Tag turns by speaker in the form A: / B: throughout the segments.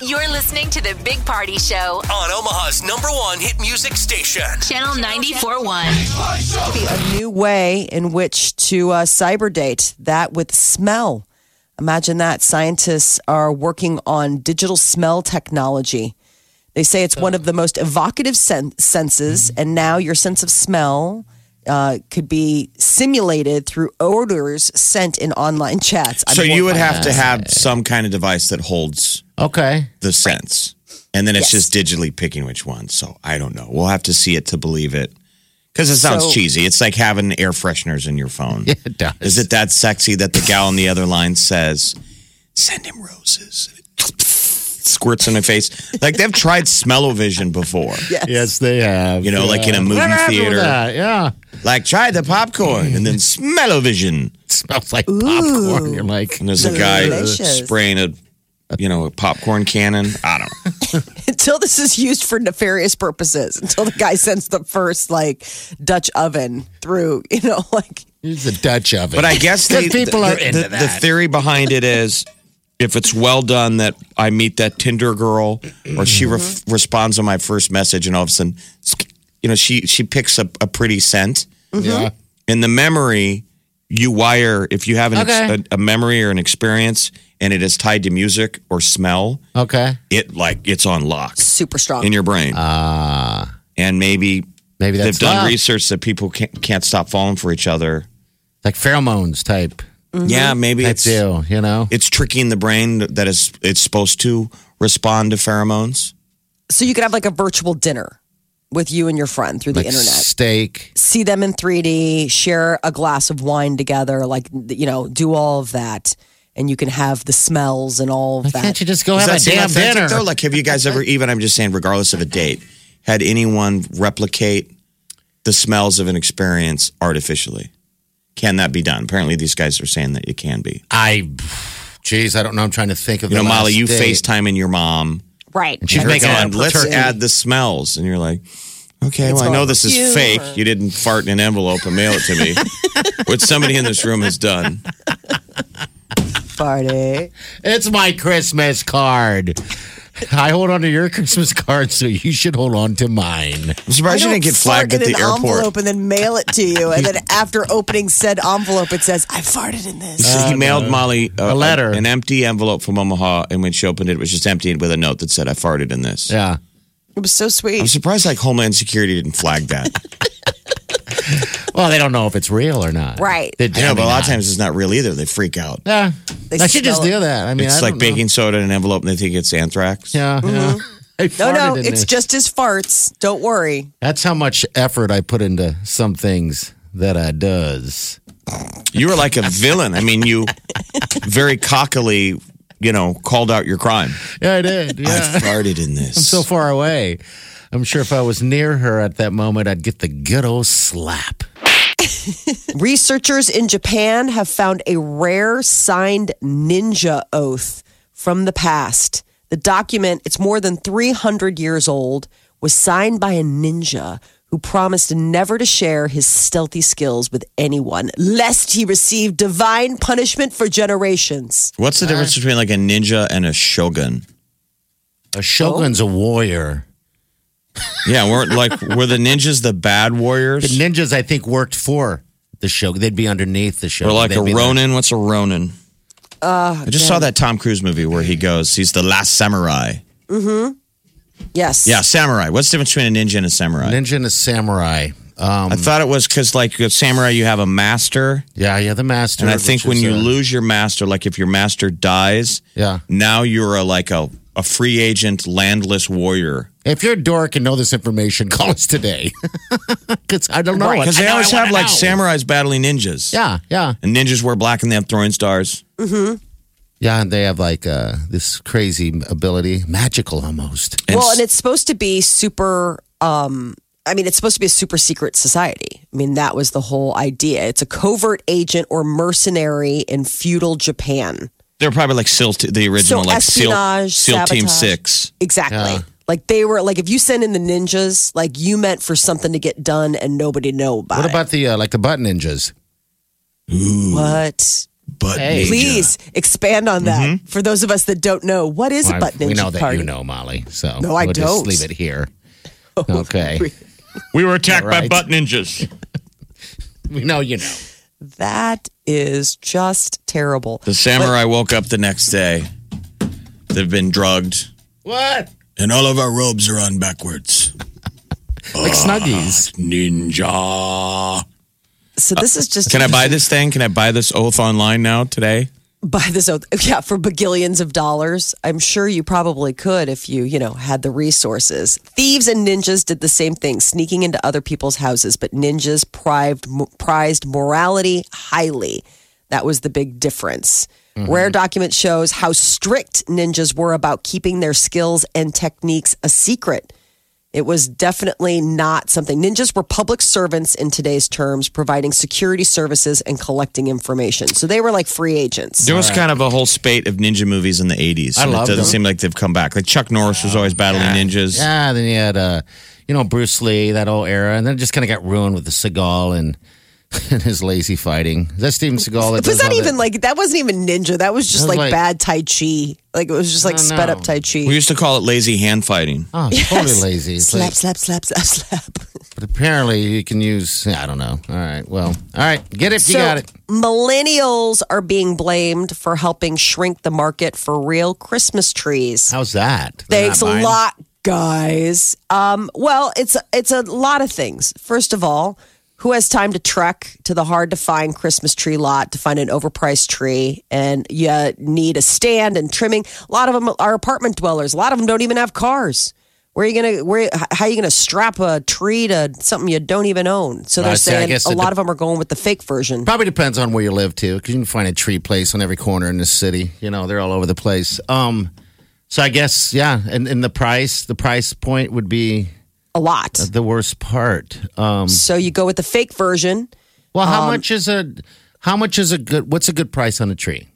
A: You're listening to the Big Party Show,
B: on Omaha's number one hit music station.
A: Channel 941.
C: a new way in which to uh, cyber date that with smell. Imagine that. Scientists are working on digital smell technology. They say it's one of the most evocative sen- senses, and now your sense of smell uh, could be simulated through odors sent in online chats. I
D: So
C: mean,
D: you would have to have some kind of device that holds
E: Okay.
D: the sense. And then it's just digitally picking which one. So I don't know. We'll have to see it to believe it. Because it sounds
C: So-
D: cheesy. It's like having air fresheners in your phone.
E: Yeah, it does.
D: Is it that sexy that the gal on the other line says, send him roses? And it Squirts in my face. Like they've tried smell-o-vision before.
E: Yes, they have.
D: You know, like in a movie
E: What happened with
D: theater.
E: that? Yeah.
D: Like try the popcorn and then smell-o-vision.
E: smells like popcorn. You're like,
D: And there's a guy
C: Delicious.
D: spraying a, you know, a popcorn cannon. I don't know.
C: until this is used for nefarious purposes, until the guy sends the first like Dutch oven through, you know, like
E: it's a Dutch oven.
D: But I guess
E: Because
D: they-
E: people
D: the,
E: are into
D: the,
E: that.
D: the theory behind it is if it's well done that I meet that Tinder girl or she re-
E: Mm-hmm.
D: responds to my first message and all of a sudden, you know, she she picks up a pretty scent
E: yeah.
D: in the memory. You wire if you have an
E: Okay.
D: ex- a, a memory or an experience and it is tied to music or smell.
E: Okay.
D: It like it's on lock
C: super strong.
D: in your brain. Ah, and maybe
E: Maybe
D: they've
E: that's
D: done
E: love.
D: research that people can't, can't stop falling for each other.
E: Like pheromones type.
D: Yeah, maybe
E: Mm-hmm. I
D: it's
E: do, you know?
D: it's tricking the brain that is it's supposed to respond to pheromones.
C: So you could have like a virtual dinner with you and your friend through the
E: Like
C: internet.
E: steak.
C: See them in 3D, share a glass of wine together, like, you know, do all of that. And you can have the smells and all of
E: Why
C: that.
E: can't you just go
D: Does
E: have
D: that
E: a
D: seem
E: damn
D: authentic,
E: dinner?
D: Though? Like, have you guys ever even? I'm just saying, regardless of a date, had anyone replicate the smells of an experience artificially? Can that be done? Apparently, these guys are saying that it can be.
E: I, geez, I don't know. I'm trying to think of
D: You know,
E: the
D: Molly,
E: last
D: you
E: date.
D: FaceTiming your mom.
C: right.
E: She's
D: You're
E: making
D: going,
E: a
D: let's
E: turkey.
D: add the smells, and you're like. Okay, well, I
C: all
D: know this is
C: you
D: fake.
C: or-
D: You didn't fart in an envelope and mail it to me, which somebody in this room has done.
C: Party.
E: It's my Christmas card. I hold on to your Christmas card, so you should hold on to mine.
D: I'm surprised you
C: don't
D: didn't get
C: fart
D: flagged at
C: in
D: the
C: an
D: airport.
C: envelope and then mail it to you. And then after opening said envelope, it says, I farted in this.
D: So he mailed Molly
E: Uh, A letter.
D: an empty envelope from Omaha, and when she opened it, it was just emptied with a note that said, "I farted in this."
E: Yeah.
D: Uh,
C: It was so
D: I'm
C: sweet.
D: surprised, like Homeland Security didn't flag that.
E: Well, they don't know if it's real or not.
C: Right.
E: They,
D: I know, but a lot of
E: mean,
D: times it's not real either. They freak out.
E: Yeah.
C: They
E: I should just
C: smell
E: do that. I mean, I
D: It's
E: don't
D: like baking soda in an envelope, and they think it's anthrax.
E: know. Yeah. yeah. I
C: Mm-hmm. No, no,
E: farted in
C: it's
E: this.
C: just his farts. Don't worry.
E: That's how much effort I put into some things that I does.
D: You were like a villain. I mean, you very cockily, you know, called out your crime.
E: Yeah, I did.
D: I
E: Yeah.
D: farted in this.
E: so far away. I'm sure if I was near her at that moment, I'd get the good old slap.
C: Researchers in Japan have found a rare signed ninja oath from the past. The document, it's more than 300 years old, was signed by a ninja who promised never to share his stealthy skills with anyone, lest he receive divine punishment for generations.
D: What's the difference between like a ninja and a shogun?
E: A shogun's a warrior.
D: Yeah, weren't like were the ninjas the bad warriors?
E: The ninjas, I think, worked for the shogun. They'd be underneath the shogun.
D: Or like
E: They'd
D: a
E: be like-
D: Ronin. What's a Ronin?
C: Uh,
D: I just saw that Tom Cruise movie where he goes, he's the last samurai.
C: Yes.
D: Yeah, samurai. What's the difference between a ninja and a samurai?
E: ninja and a samurai. Um,
D: I thought it was because, like, a samurai, you have a master.
E: yeah, yeah, the master.
D: And I
E: which
D: think when
E: is,
D: you
E: uh,
D: lose your master, like if your master dies,
E: Yeah.
D: now you're a, like a, a free agent, landless warrior.
E: If you're a dork and know this information, call us today. Because I don't know.
D: Because
E: I
D: they
E: know I
D: always have,
E: wanna
D: like,
E: know.
D: samurais battling ninjas.
E: Yeah, yeah.
D: And ninjas wear black and they have throwing stars.
E: Yeah, and they have like uh, this crazy ability, magical almost.
C: well, and it's supposed to be super. Um, I mean, it's supposed to be a super secret society. I mean, that was the whole idea. It's a covert agent or mercenary in feudal Japan.
D: They're probably like SEAL, t- the original,
C: So
D: like SEAL,
C: espionage,
D: SEAL Team
C: sabotage.
D: Six.
C: Exactly.
E: Yeah.
C: Like they were like, if you send in the ninjas, like you meant for something to get done and nobody know about
E: What
C: it.
E: about the uh, like the butt ninjas?
C: what?
D: But
E: Hey.
C: Please expand on that for those of us that don't know. What is a
E: Mm-hmm. Well,
C: butt ninja
E: we know that
C: party?
E: you know, Molly. So
C: No, I
E: we'll
C: don't. Oh,
E: Just leave it here. Okay,
D: we were attacked
E: by Right.
D: by
E: butt
D: butt ninjas.
E: we know you know.
C: That is just terrible.
D: The samurai woke up the next day. They've been drugged,
E: What?
D: and all of our robes are on backwards.
E: Like Snuggies.
D: Ninja.
C: So this
E: Uh,
C: is just
D: Can I buy this thing? Can I buy this oath online now today?
C: buy this oath. Yeah, for bagillions of dollars. I'm sure you probably could if you, you know, had the resources. Thieves and ninjas did the same thing, sneaking into other people's houses, but ninjas prived, prized morality highly. That was the big difference. Rare document shows how strict ninjas were about keeping their skills and techniques a secret. It was definitely not something. Ninjas were public servants in today's terms, providing security services and collecting information. So they were like free agents.
D: There was kind of a whole spate of ninja movies in the 80s.
E: I
D: and it
E: love
D: doesn't
E: them.
D: seem like they've come back. Like Chuck Norris was always battling ninjas.
E: Yeah, then you had uh, you know, Bruce Lee, that whole era, and then it just kind of got ruined with the Seagal and and his lazy fighting. Is that Steven Seagal? That
C: was
E: does
C: that
E: all
C: even like that wasn't even ninja? That was just
E: That
C: like,
E: was like-
C: bad tai chi. Like it was just like
E: No,
C: sped
E: no.
C: up tai chi.
D: We used to call it lazy hand fighting.
E: Oh, it's totally lazy. It's
C: Slap,
E: like,
C: slap, slap, slap, slap.
E: but apparently you can use. I don't know. All right. Well. All right. Get it. You
C: So,
E: got it.
C: Millennials are being blamed for helping shrink the market for real Christmas trees.
E: How's that? They're
C: Thanks
E: not
C: a
E: buying?
C: lot, guys. Um, well, it's it's a lot of things. First of all, who has time to trek to the hard to find Christmas tree lot to find an overpriced tree? And you need a stand and trimming. A lot of them are apartment dwellers. A lot of them don't even have cars. Where are you gonna? Where? How are you gonna strap a tree to something you don't even own? So they're
E: I'd say, I
C: saying
E: guess
C: a
E: it
C: lot
E: de-
C: of them are going with the fake version.
E: Probably depends on where you live too, because you can find a tree place on every corner in this city. You know, they're all over the place. Um, so I guess yeah, and, and the price, the price point would be
C: A lot.
E: the worst part. Um,
C: So you go with the fake version.
E: well, how
C: Um,
E: much is a how much is a good? What's a good price on a tree?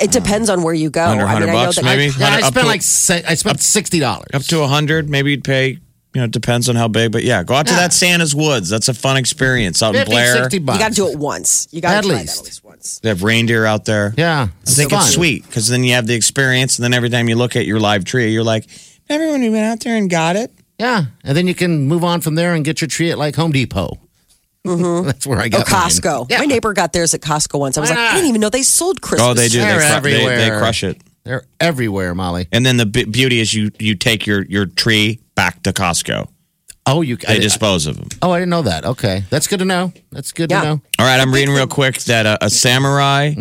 C: It depends on where you go.
D: Under 100
C: I know
D: bucks,
C: that-
D: maybe?
E: Yeah, I
D: Hundred- up
E: spent
D: to-
E: like se- I spent sixty dollars.
D: Up to 100, maybe you'd pay, you know, it depends on how big. But yeah, go out to that Santa's Woods. That's a fun experience out in
E: 50,
D: Blair.
E: 60 bucks.
C: You got to do it once. You got
E: At
C: to try
E: least.
C: that at least once.
D: They have reindeer out there.
E: Yeah,
D: I think it's sweet because then you have the experience, and then every time you look at your live tree, you're like, "Remember when we went out there and got it?"
E: Yeah, and then you can move on from there and get your tree at like Home Depot. That's where I
C: Oh,
E: got mine.
C: Costco.
E: Yeah.
C: My
E: Ah.
C: neighbor got theirs at Costco once. I was
E: Why
C: like, I
E: not?
C: didn't even know they sold Christmas.
D: Oh, they do. They,
E: They're
D: cru- they, they
E: everywhere.
D: crush it.
E: They're everywhere, Molly.
D: And then the b- beauty is you you take your your tree back to Costco.
E: Oh, you.
D: They
E: I,
D: dispose of them.
E: oh, I didn't know that. Okay, that's good to know. That's good
C: Yeah.
E: to know.
D: All right, I'm reading real quick that uh, a, a samurai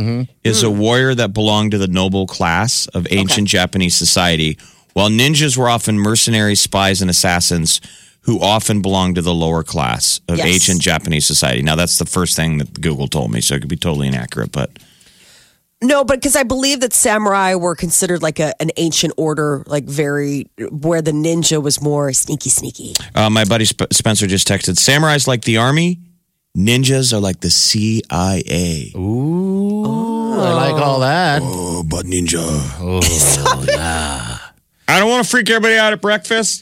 D: is a warrior that belonged to the noble class of ancient Japanese society, while ninjas were often mercenary spies and assassins who often belonged to the lower class of
C: Yes.
D: ancient Japanese society. Now, that's the first thing that Google told me, so it could be totally inaccurate, but
C: No, but because I believe that samurai were considered like a, an ancient order, like very, where the ninja was more sneaky, sneaky.
D: uh, my buddy Sp- Spencer just texted Samurais like the army, ninjas are like the CIA.
E: I like all that.
F: Oh, but ninja.
D: I don't want to freak everybody out at breakfast.